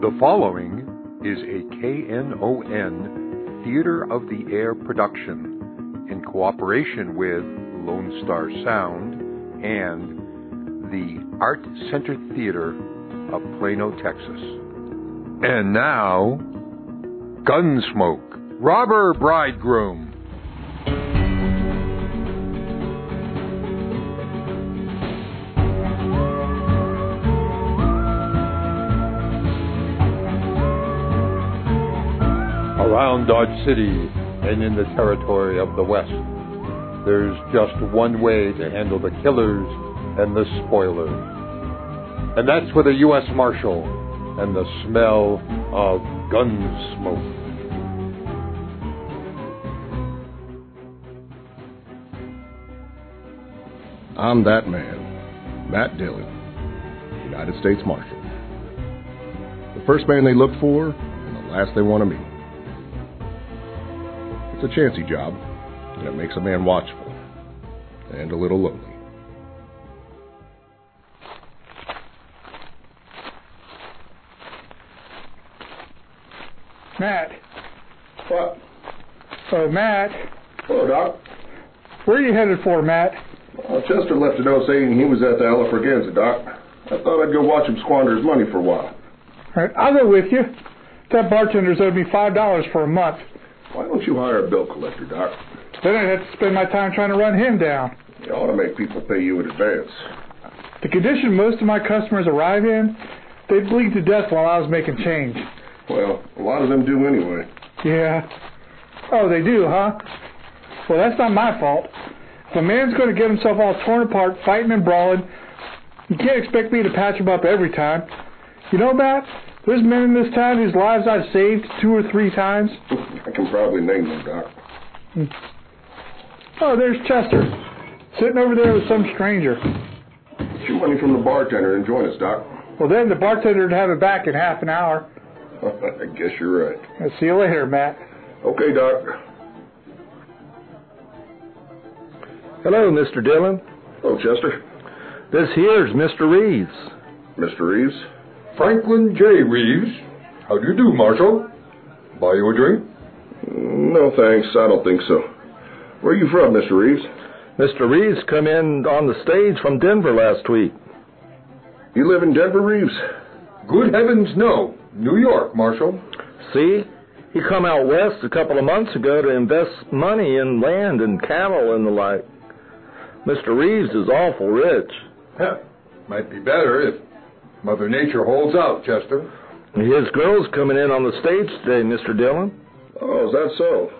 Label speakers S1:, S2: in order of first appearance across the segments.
S1: The following is a KNON Theater of the Air production in cooperation with Lone Star Sound and the Art Center Theater of Plano, Texas. And now, Gunsmoke, Robber Bridegroom. around Dodge City and in the territory of the West. There's just one way to handle the killers and the spoilers. And that's with a U.S. Marshal and the smell of gun smoke.
S2: I'm that man, Matt Dillon, United States Marshal. The first man they look for and the last they want to meet. It's a chancy job, and it makes a man watchful and a little lonely.
S3: Matt.
S4: What?
S3: Oh, Matt.
S4: Hello, Doc.
S3: Where are you headed for, Matt?
S4: Well, Chester left a note saying he was at the Alafraganza, Doc. I thought I'd go watch him squander his money for a while.
S3: All right, I'll go with you. That bartender's owed me $5 for a month.
S4: Why don't you hire a bill collector, Doc?
S3: Then I'd have to spend my time trying to run him down.
S4: You ought to make people pay you in advance.
S3: The condition most of my customers arrive in, they'd bleed to death while I was making change.
S4: Well, a lot of them do anyway.
S3: Yeah. Oh, they do, huh? Well, that's not my fault. If a man's going to get himself all torn apart fighting and brawling, you can't expect me to patch him up every time. You know, Matt, there's men in this town whose lives I've saved two or three times.
S4: I can probably name them, Doc.
S3: Oh, there's Chester, sitting over there with some stranger.
S4: Get your money from the bartender and join us, Doc.
S3: Well, then the bartender'd have it back in half an hour.
S4: I guess you're right.
S3: I'll see you later, Matt.
S4: Okay, Doc.
S5: Hello, Mr. Dillon.
S4: Hello, Chester.
S5: This here's Mr. Reeves.
S4: Mr. Reeves?
S6: Franklin J. Reeves. How do you do, Marshal? Buy you a drink?
S5: Mm,
S4: No, thanks. I don't think so. Where are you from, Mr. Reeves?
S5: Mr. Reeves come in on the stage from Denver last week.
S4: You live in Denver, Reeves?
S6: Good heavens, no. New York, Marshal.
S5: See? He come out west a couple of months ago to invest money in land and cattle and the like. Mr. Reeves is awful rich.
S6: Heh. Might be better if Mother Nature holds out, Chester.
S5: His girl's coming in on the stage today, Mr. Dillon.
S4: Oh, is that so?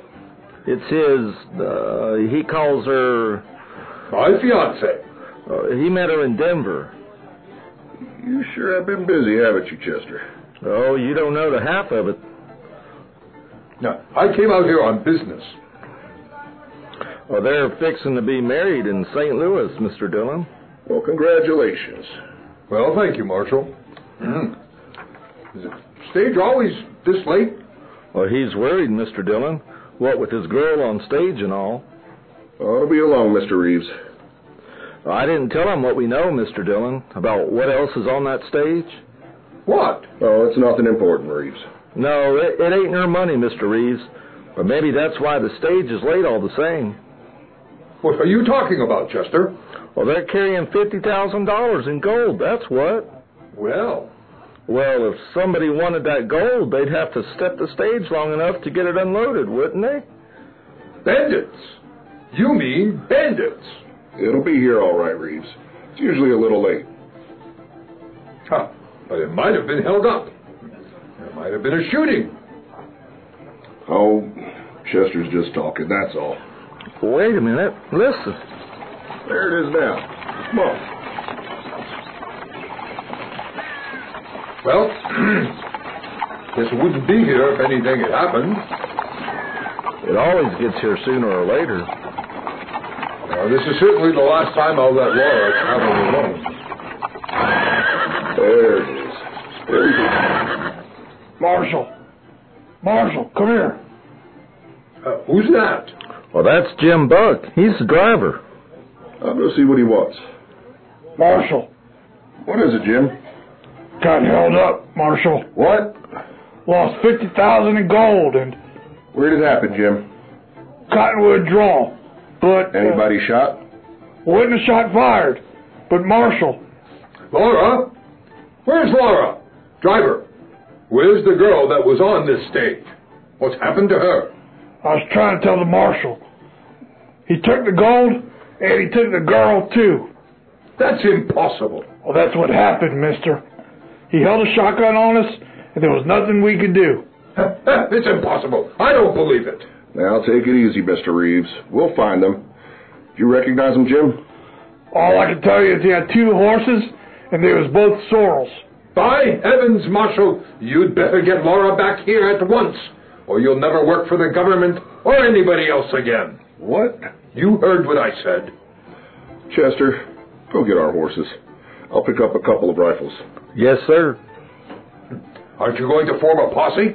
S5: It's his, uh, he calls her,
S6: My fiance.
S5: uh, he met her in Denver.
S4: You sure have been busy, haven't you, Chester?
S5: Oh, you don't know the half of it.
S6: Now, I came out here on business.
S5: Well, Oh, they're fixing to be married in St. Louis, Mr. Dillon.
S4: Well, congratulations.
S6: Well, thank you, Marshal. Mm. Is the stage always this late?
S5: Well, he's worried, Mr. Dillon. What with his girl on stage and all.
S4: Ought to be along, Mr. Reeves.
S5: I didn't tell him what we know, Mr. Dillon, about what else is on that stage.
S6: What?
S4: Oh, it's nothing important, Reeves.
S5: No, it, it ain't her money, Mr. Reeves. But maybe that's why the stage is late all the same.
S6: What are you talking about, Chester?
S5: Well, they're carrying $50,000 in gold, that's what.
S6: Well,
S5: Well, if somebody wanted that gold, they'd have to step the stage long enough to get it unloaded, wouldn't they?
S6: bandits. You mean bandits.
S4: It'll be here all right, Reeves. It's usually a little late.
S6: Huh. But it might have been held up. There might have been a shooting.
S4: Oh, Chester's just talking, that's all.
S5: Wait a minute. Listen.
S4: There it is now. Come on.
S6: Well, guess it wouldn't be here if anything had happened.
S5: It always gets here sooner or later.
S6: Now, this is certainly the last time I'll let Laura travel alone.
S4: There it is. There you
S3: Marshall. Marshall, come here.
S6: Uh, who's that?
S5: Well, that's Jim Buck. He's the driver.
S4: go. I'll go see what he wants.
S3: Marshall.
S4: What is it, Jim?
S7: Got held up, Marshal.
S4: What?
S7: Lost 50000 in gold and
S4: Where did it happen, Jim?
S7: Cottonwood draw. But uh,
S4: Anybody shot?
S7: wasn't a shot fired. But Marshal,
S6: Laura? Where's Laura? Driver, where's the girl that was on this stage? What's happened to her?
S7: I was trying to tell the Marshal. He took the gold and he took the girl too.
S6: That's impossible.
S7: Well, that's what happened, mister. He held a shotgun on us, and there was nothing we could do.
S6: it's impossible. I don't believe it.
S4: Now take it easy, Mr. Reeves. We'll find them. Do you recognize them, Jim?
S7: All I can tell you is he had two horses, and they was both sorrels.
S6: By heavens, Marshal, you'd better get Laura back here at once, or you'll never work for the government or anybody else again.
S4: What?
S6: You heard what I said.
S4: Chester, go get our horses. I'll pick up a couple of rifles.
S5: Yes, sir.
S6: Aren't you going to form a posse?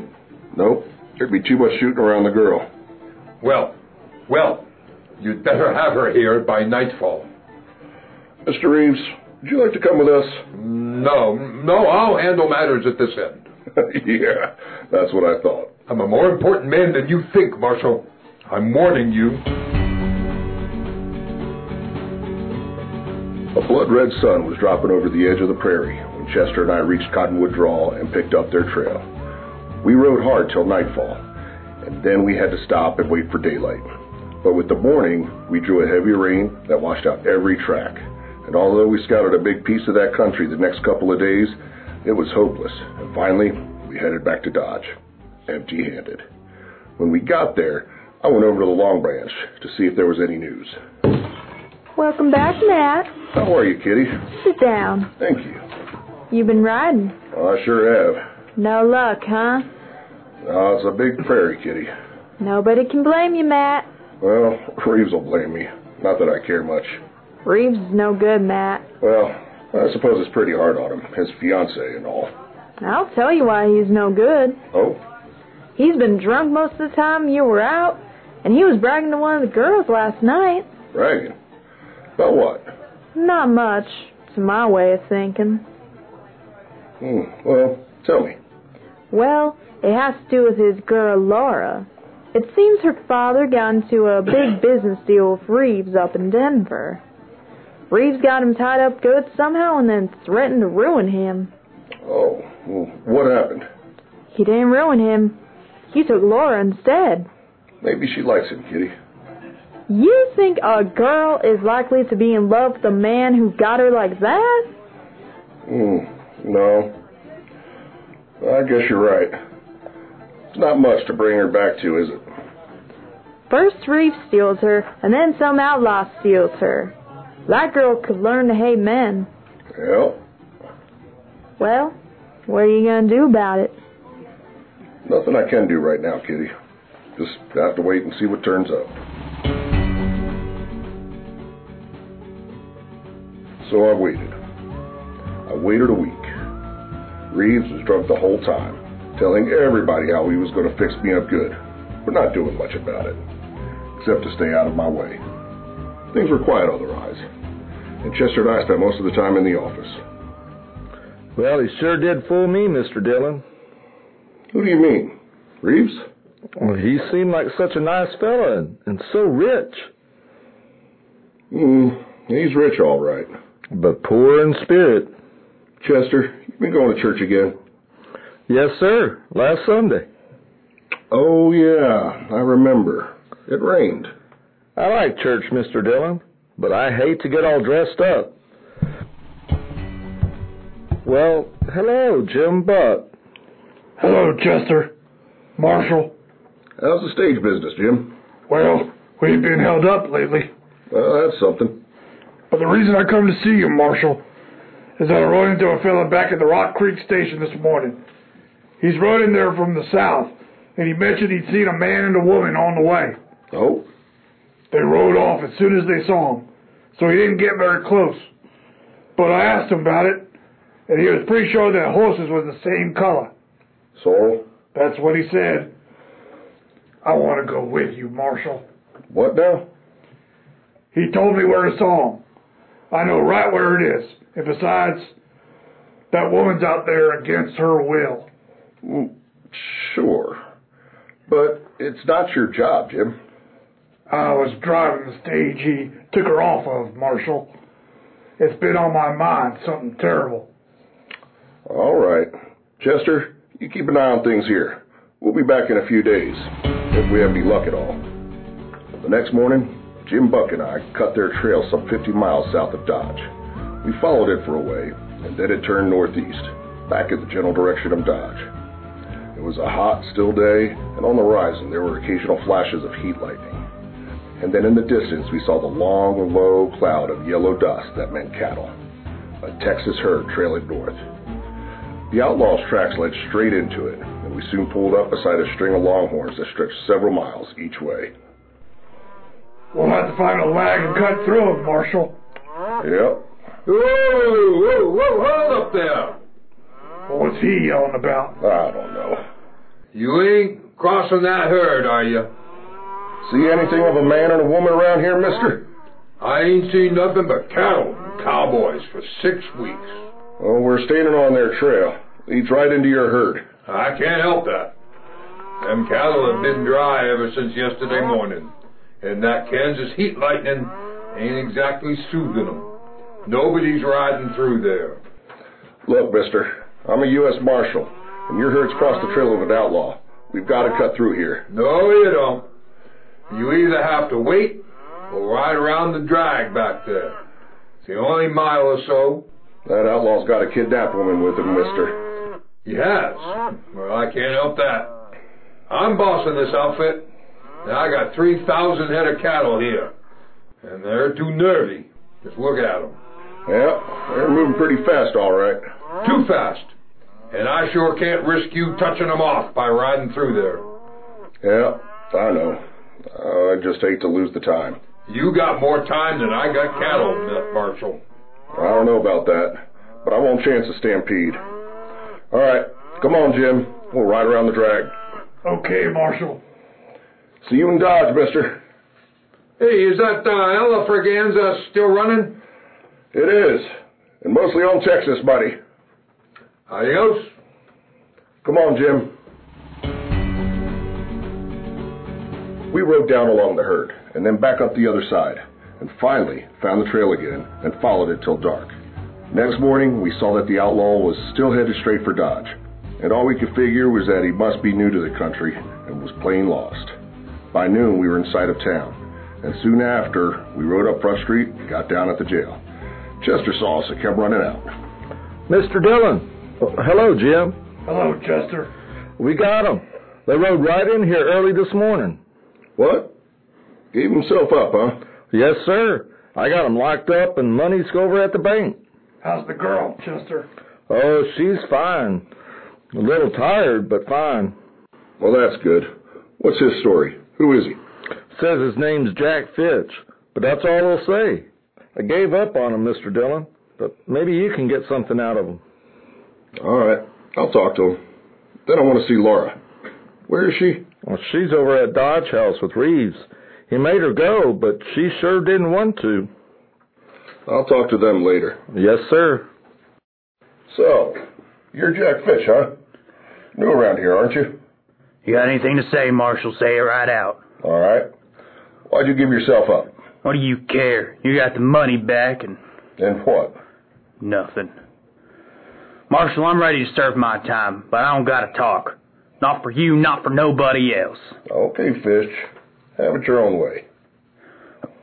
S4: Nope. There'd be too much shooting around the girl.
S6: Well, well, you'd better have her here by nightfall.
S4: Mr. Reeves, would you like to come with us?
S6: No, no, I'll handle matters at this end.
S4: yeah, that's what I thought.
S6: I'm a more important man than you think, Marshal. I'm warning you.
S4: A blood red sun was dropping over the edge of the prairie when Chester and I reached Cottonwood Draw and picked up their trail. We rode hard till nightfall, and then we had to stop and wait for daylight. But with the morning, we drew a heavy rain that washed out every track. And although we scouted a big piece of that country the next couple of days, it was hopeless. And finally, we headed back to Dodge, empty handed. When we got there, I went over to the Long Branch to see if there was any news.
S8: Welcome back, Matt.
S4: How are you, Kitty?
S8: Sit down.
S4: Thank you.
S8: You've been riding.
S4: Well, I sure have.
S8: No luck, huh?
S4: Uh, it's a big prairie, Kitty.
S8: Nobody can blame you, Matt.
S4: Well, Reeves will blame me. Not that I care much.
S8: Reeves is no good, Matt.
S4: Well, I suppose it's pretty hard on him, his fiance and all.
S8: I'll tell you why he's no good.
S4: Oh,
S8: He's been drunk most of the time you were out, and he was bragging to one of the girls last night.
S4: bragging. About what?
S8: Not much, to my way of thinking.
S4: Hmm, well, tell me.
S8: Well, it has to do with his girl, Laura. It seems her father got into a big business deal with Reeves up in Denver. Reeves got him tied up good somehow and then threatened to ruin him.
S4: Oh, well, what happened?
S8: He didn't ruin him. He took Laura instead.
S4: Maybe she likes him, Kitty.
S8: You think a girl is likely to be in love with a man who got her like that?
S4: Hmm, no. I guess you're right. It's not much to bring her back to, is it?
S8: First Reeves steals her, and then some outlaw steals her. That girl could learn to hate men.
S4: Well,
S8: Well, what are you gonna do about it?
S4: nothing I can do right now, Kitty. Just have to wait and see what turns up. So I waited. I waited a week. Reeves was drunk the whole time, telling everybody how he was going to fix me up good, but not doing much about it, except to stay out of my way. Things were quiet otherwise, and Chester and I spent most of the time in the office.
S5: Well, he sure did fool me, Mr. Dillon.
S4: Who do you mean? Reeves?
S5: Well, he seemed like such a nice fella and, and so rich,
S4: Hmm, he's rich, all right.
S5: but poor in spirit.
S4: Chester, you been going to church again?
S5: Yes, sir. Last Sunday.
S4: Oh, yeah, I remember. It rained.
S5: I like church, Mr. Dillon, but I hate to get all dressed up. Well, hello, Jim Buck.
S7: Hello, Chester. Marshal,
S4: How's the stage business, Jim?
S7: well, we've been held up lately.
S4: Well, that's something.
S7: But the reason I come to see you, Marshal, is that I rode into a fella back at the Rock Creek station this morning. He's rode in there from the south, and he mentioned he'd seen a man and a woman on the way.
S4: Oh,
S7: They rode off as soon as they saw him, so he didn't get very close. But I asked him about it, and he was pretty sure that horses was the same color.
S4: Sorrel?
S7: That's what he said. I want to go with you, Marshal.
S4: What now?
S7: He told me where to saw him. I know right where it is. And besides, That woman's out there against her will.
S4: Sure. But it's not your job, Jim.
S7: I was driving the stage he took her off of, Marshal. It's been on my mind, something terrible.
S4: All right. Chester, you keep an eye on things here. We'll be back in a few days, if we have any luck at all. The next morning, Jim Buck and I cut their trail some 50 miles south of Dodge. We followed it for a way, and then it turned northeast, back in the general direction of Dodge. It was a hot, still day, and on the horizon there were occasional flashes of heat lightning. And then in the distance we saw the long, low cloud of yellow dust that meant cattle. A Texas herd trailing north. The outlaw's tracks led straight into it, and we soon pulled up beside a string of longhorns that stretched several miles each way.
S7: We'll have to find a lag and cut through them, Marshal.
S4: Yep.
S6: Whoa, whoa, whoa, hold up there.
S7: What's he yelling about?
S4: I don't know.
S6: You ain't crossing that herd, are you?
S4: See anything of a man and a woman around here, mister?
S6: I ain't seen nothing but cattle and cowboys for six weeks.
S4: Well, we're standing on their trail. Leads right into your herd.
S6: I can't help that. Them cattle have been dry ever since yesterday morning, and that Kansas heat lightning ain't exactly soothing them. Nobody's riding through there.
S4: Look, mister, I'm a U.S. Marshal, and your herd's crossed the trail of an outlaw. We've got to cut through here.
S6: No, you don't. You either have to wait or ride around the drag back there. It's the only mile or so.
S4: That outlaw's got a kidnapped woman with him, mister.
S6: Yes. Well, I can't help that. I'm bossing this outfit, and I got 3,000 head of cattle here. And they're too nervy. Just look at them.
S4: Yep, they're moving pretty fast, all right.
S6: Too fast. And I sure can't risk you touching them off by riding through there.
S4: Yep, I know. I just hate to lose the time.
S6: You got more time than I got cattle, Nut Marshal.
S4: I don't know about that, but I won't chance a stampede. All right, come on, Jim. We'll ride around the drag.
S7: Okay, Marshal.
S4: See you in Dodge, mister.
S6: Hey, is that uh, Elafraganza still running?
S4: It is, and mostly on Texas, buddy.
S6: Adios.
S4: Come on, Jim. We rode down along the herd, and then back up the other side, and finally found the trail again and followed it till dark. Next morning, we saw that the outlaw was still headed straight for Dodge, and all we could figure was that he must be new to the country and was plain lost. By noon, we were in sight of town, and soon after, we rode up Front Street and got down at the jail. Chester saw us and kept running out.
S5: Mr. Dillon. Oh, hello, Jim.
S7: Hello, Chester.
S5: We got 'em. They rode right in here early this morning.
S4: What? Gave himself up, huh?
S5: Yes, sir. I got 'em locked up and money's over at the bank.
S7: How's the girl, Chester?
S5: Oh, she's fine. A little tired, but fine.
S4: Well, that's good. What's his story? Who is he?
S5: Says his name's Jack Fitch, but that's all he'll say. I gave up on him, Mr. Dillon, but maybe you can get something out of him.
S4: All right, I'll talk to him. Then I want to see Laura. Where is she?
S5: Well, she's over at Dodge House with Reeves. He made her go, but she sure didn't want to.
S4: I'll talk to them later.
S5: Yes, sir.
S4: So, you're Jack Fish, huh? New around here, aren't you?
S9: You got anything to say, Marshal? Say it right out.
S4: All right. Why'd you give yourself up?
S9: What do you care? You got the money back and
S4: And what?
S9: nothing. Marshal, I'm ready to serve my time, but I don't gotta talk. Not for you, not for nobody else.
S4: Okay, Fish. Have it your own way.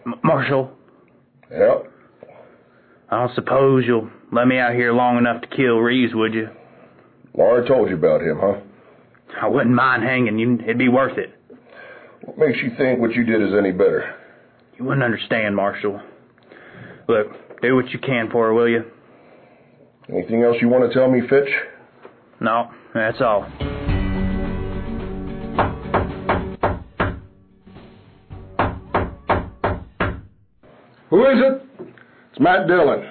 S9: M- Marshal,
S4: Yep.
S9: I don't suppose you'll let me out here long enough to kill Reeves, would you?
S4: Laura told you about him, huh?
S9: I wouldn't mind hanging you. It'd be worth it.
S4: What makes you think what you did is any better?
S9: You wouldn't understand, Marshal. Look, do what you can for her, will you?
S4: Anything else you want to tell me, Fitch?
S9: No, that's all.
S6: Who is it?
S4: It's Matt Dillon.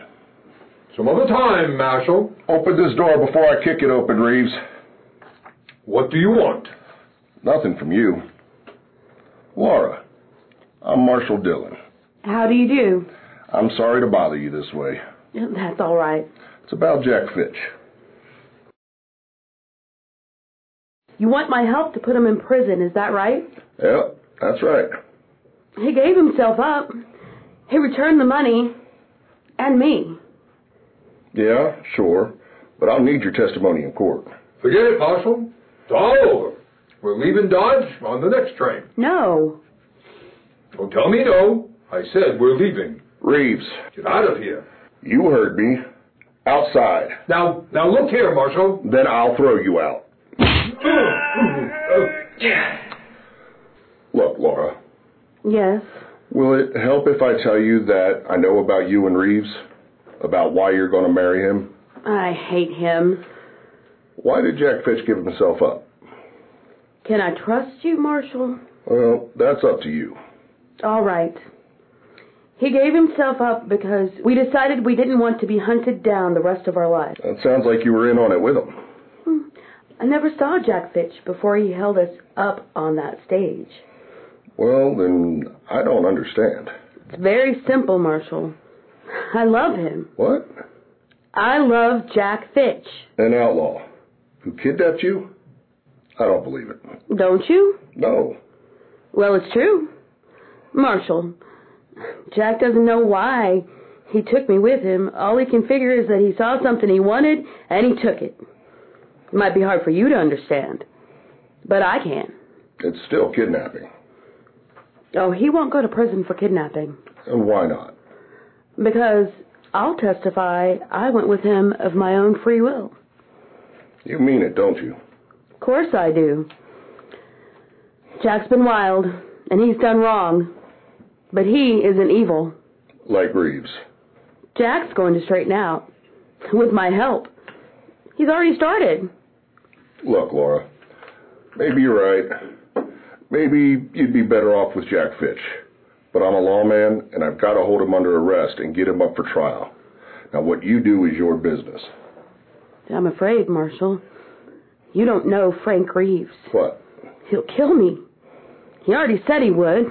S6: Some other time, Marshal.
S4: Open this door before I kick it open, Reeves.
S6: What do you want?
S4: Nothing from you. Laura, I'm Marshall Dillon.
S8: How do you do?
S4: I'm sorry to bother you this way.
S8: That's all right.
S4: It's about Jack Fitch.
S10: You want my help to put him in prison, is that right?
S4: Yep, that's right.
S10: He gave himself up. He returned the money. And me.
S4: Yeah, sure. But I'll need your testimony in court.
S6: Forget it, Marshal. It's all over. We're leaving Dodge on the next train.
S10: No.
S6: Don't tell me no. I said we're leaving.
S4: Reeves,
S6: Get out of here.
S4: you heard me. Outside.
S6: Now, now look here, Marshal.
S4: Then I'll throw you out. Look, Laura,
S10: Yes.
S4: will it help if I tell you that I know about you and Reeves? About why you're going to marry him?
S10: I hate him.
S4: Why did Jack Fitch give himself up?
S10: Can I trust you, Marshal?
S4: Well, that's up to you.
S10: All right. He gave himself up because we decided we didn't want to be hunted down the rest of our lives.
S4: That sounds like you were in on it with him.
S10: I never saw Jack Fitch before he held us up on that stage.
S4: Well, then I don't understand.
S10: It's very simple, Marshal. I love him.
S4: What?
S10: I love Jack Fitch.
S4: An outlaw who kidnapped you? I don't believe it.
S10: Don't you?
S4: No.
S10: Well, it's true. Marshal, Jack doesn't know why he took me with him. All he can figure is that he saw something he wanted and he took it. It might be hard for you to understand, but I can.
S4: It's still kidnapping.
S10: Oh, he won't go to prison for kidnapping
S4: And why not?
S10: because I'll testify I went with him of my own free will.
S4: You mean it, don't you?
S10: Of course I do. Jack's been wild and he's done wrong, but he isn't evil.
S4: Like Reeves.
S10: Jack's going to straighten out with my help. He's already started.
S4: Look, Laura, maybe you're right. Maybe you'd be better off with Jack Fitch. But I'm a lawman, and I've got to hold him under arrest and get him up for trial. Now, what you do is your business.
S10: I'm afraid, Marshal. You don't know Frank Reeves.
S4: What?
S10: He'll kill me. He already said he would,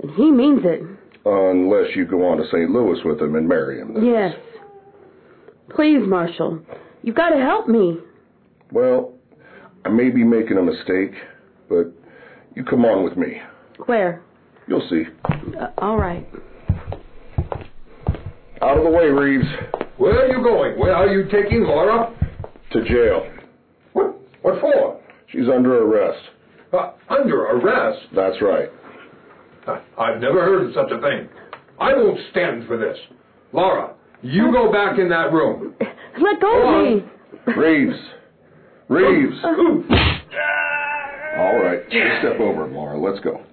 S10: and he means it.
S4: Unless you go on to St. Louis with him and marry him. then.
S10: Yes. Please, Marshal. You've got to help me.
S4: Well, I may be making a mistake, but you come on with me.
S10: Where?
S4: You'll see.
S10: Uh, all right.
S4: Out of the way, Reeves.
S6: Where are you going? Where are you taking Laura?
S4: To jail.
S6: What? What for?
S4: She's under arrest.
S6: Uh, under arrest?
S4: That's right.
S6: I- I've never heard of such a thing. I won't stand for this. Laura, you go back in that room.
S10: Let go of me.
S4: Reeves. Reeves. All right. Just step over, Laura. Let's go.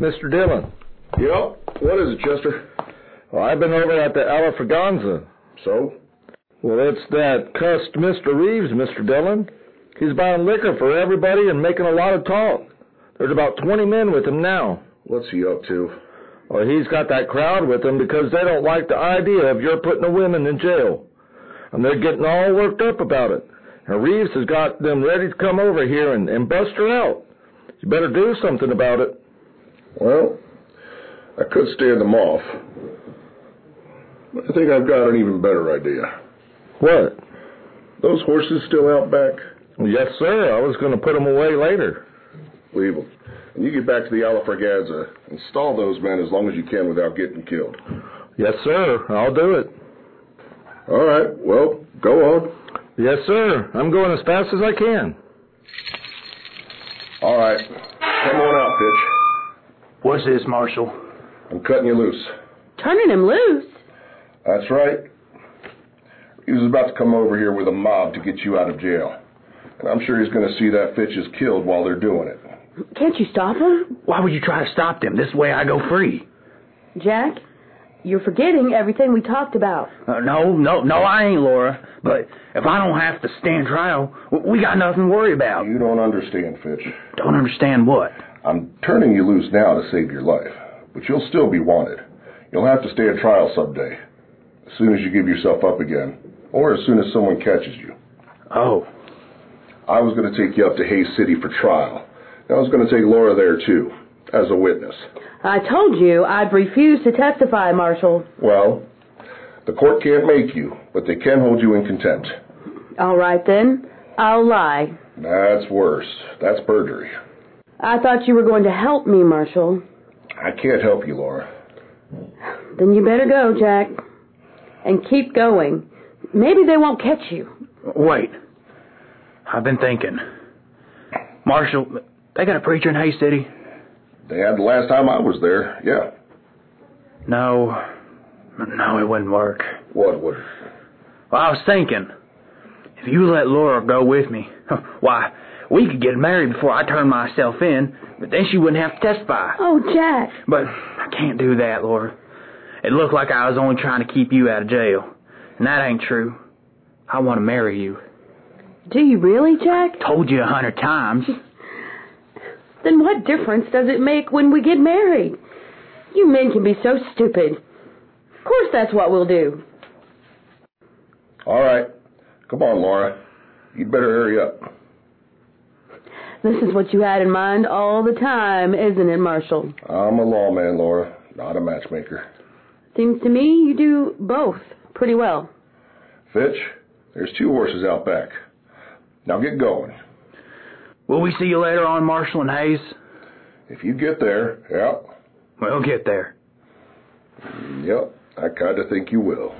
S5: Mr. Dillon,
S4: Yep. What is it, Chester?
S5: well, I've been over at the Ala Fraganza.
S4: So?
S5: Well, it's that cussed Mr. Reeves, Mr. Dillon. He's buying liquor for everybody and making a lot of talk. There's about 20 men with him now.
S4: What's he up to?
S5: Well, he's got that crowd with him because they don't like the idea of your putting the women in jail. And they're getting all worked up about it. And Reeves has got them ready to come over here and, and bust her out. You better do something about it.
S4: Well, I could stare them off. But I think I've got an even better idea.
S5: What?
S4: Those horses still out back?
S5: Yes, sir. I was going to put them away later.
S4: Leave them. And you get back to the Alafragazza and stall those men as long as you can without getting killed.
S5: Yes, sir. I'll do it.
S4: All right. Well, go on.
S5: Yes, sir. I'm going as fast as I can.
S4: All right. Come on out, bitch.
S9: What's this, Marshal?
S4: I'm cutting you loose.
S10: Turning him loose?
S4: That's right. He was about to come over here with a mob to get you out of jail. And I'm sure he's going to see that Fitch is killed while they're doing it.
S10: Can't you stop him?
S9: Why would you try to stop them? This way I go free.
S10: Jack, you're forgetting everything we talked about.
S9: Uh, no, no, no, I ain't Laura. But if I don't have to stand trial, w- we got nothing to worry about.
S4: You don't understand, Fitch.
S9: Don't understand what?
S4: I'm turning you loose now to save your life, but you'll still be wanted. You'll have to stay at trial someday, as soon as you give yourself up again, or as soon as someone catches you.
S9: Oh,
S4: I was going to take you up to Hayes City for trial. and I was going to take Laura there, too, as a witness.
S10: I told you I'd refuse to testify, Marshal.
S4: Well, the court can't make you, but they can hold you in contempt.
S10: All right, then. I'll lie.
S4: That's worse. That's perjury.
S10: I thought you were going to help me, Marshal.
S4: I can't help you, Laura.
S10: Then you better go, Jack. And keep going. Maybe they won't catch you.
S9: Wait. I've been thinking. Marshal, they got a preacher in Hay City?
S4: They had the last time I was there. Yeah.
S9: No. No, it wouldn't work.
S4: What would?
S9: Well, I was thinking, if you let Laura go with me, why, we could get married before I turn myself in, but then she wouldn't have to testify.
S10: Oh, Jack.
S9: But I can't do that, Laura. It looked like I was only trying to keep you out of jail, and that ain't true. I want to marry you.
S10: Do you really, Jack?
S9: Told you a hundred times.
S10: Then what difference does it make when we get married? You men can be so stupid. Of course, that's what we'll do.
S4: All right. Come on, Laura. You'd better hurry up.
S10: This is what you had in mind all the time, isn't it, Marshall?
S4: I'm a lawman, Laura, not a matchmaker.
S10: Seems to me you do both pretty well.
S4: Fitch, there's two horses out back. Now get going.
S9: Will we see you later on, Marshall and Hayes?
S4: If you get there, yep,
S9: We'll get there.
S4: yep, I kind of think you will.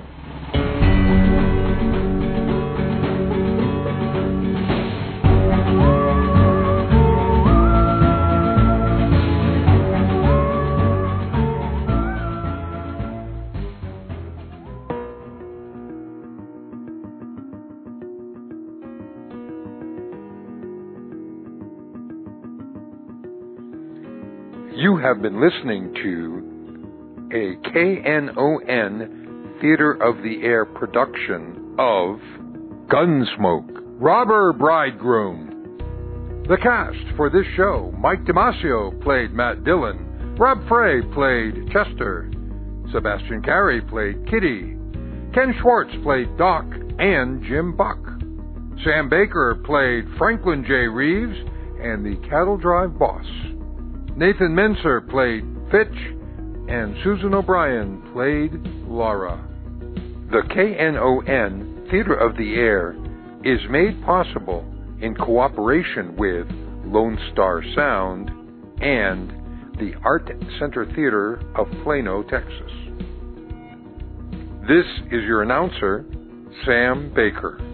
S1: You have been listening to a KNON Theater of the Air production of Gunsmoke, Robber Bridegroom. The cast for this show Mike Damasio played Matt Dillon, Rob Frey played Chester, Sebastian Carey played Kitty, Ken Schwartz played Doc and Jim Buck, Sam Baker played Franklin J. Reeves and the Cattle Drive Boss. Nathan Menser played Fitch, and Susan O'Brien played Laura. The KNON Theater of the Air is made possible in cooperation with Lone Star Sound and the Art Center Theater of Plano, Texas. This is your announcer, Sam Baker.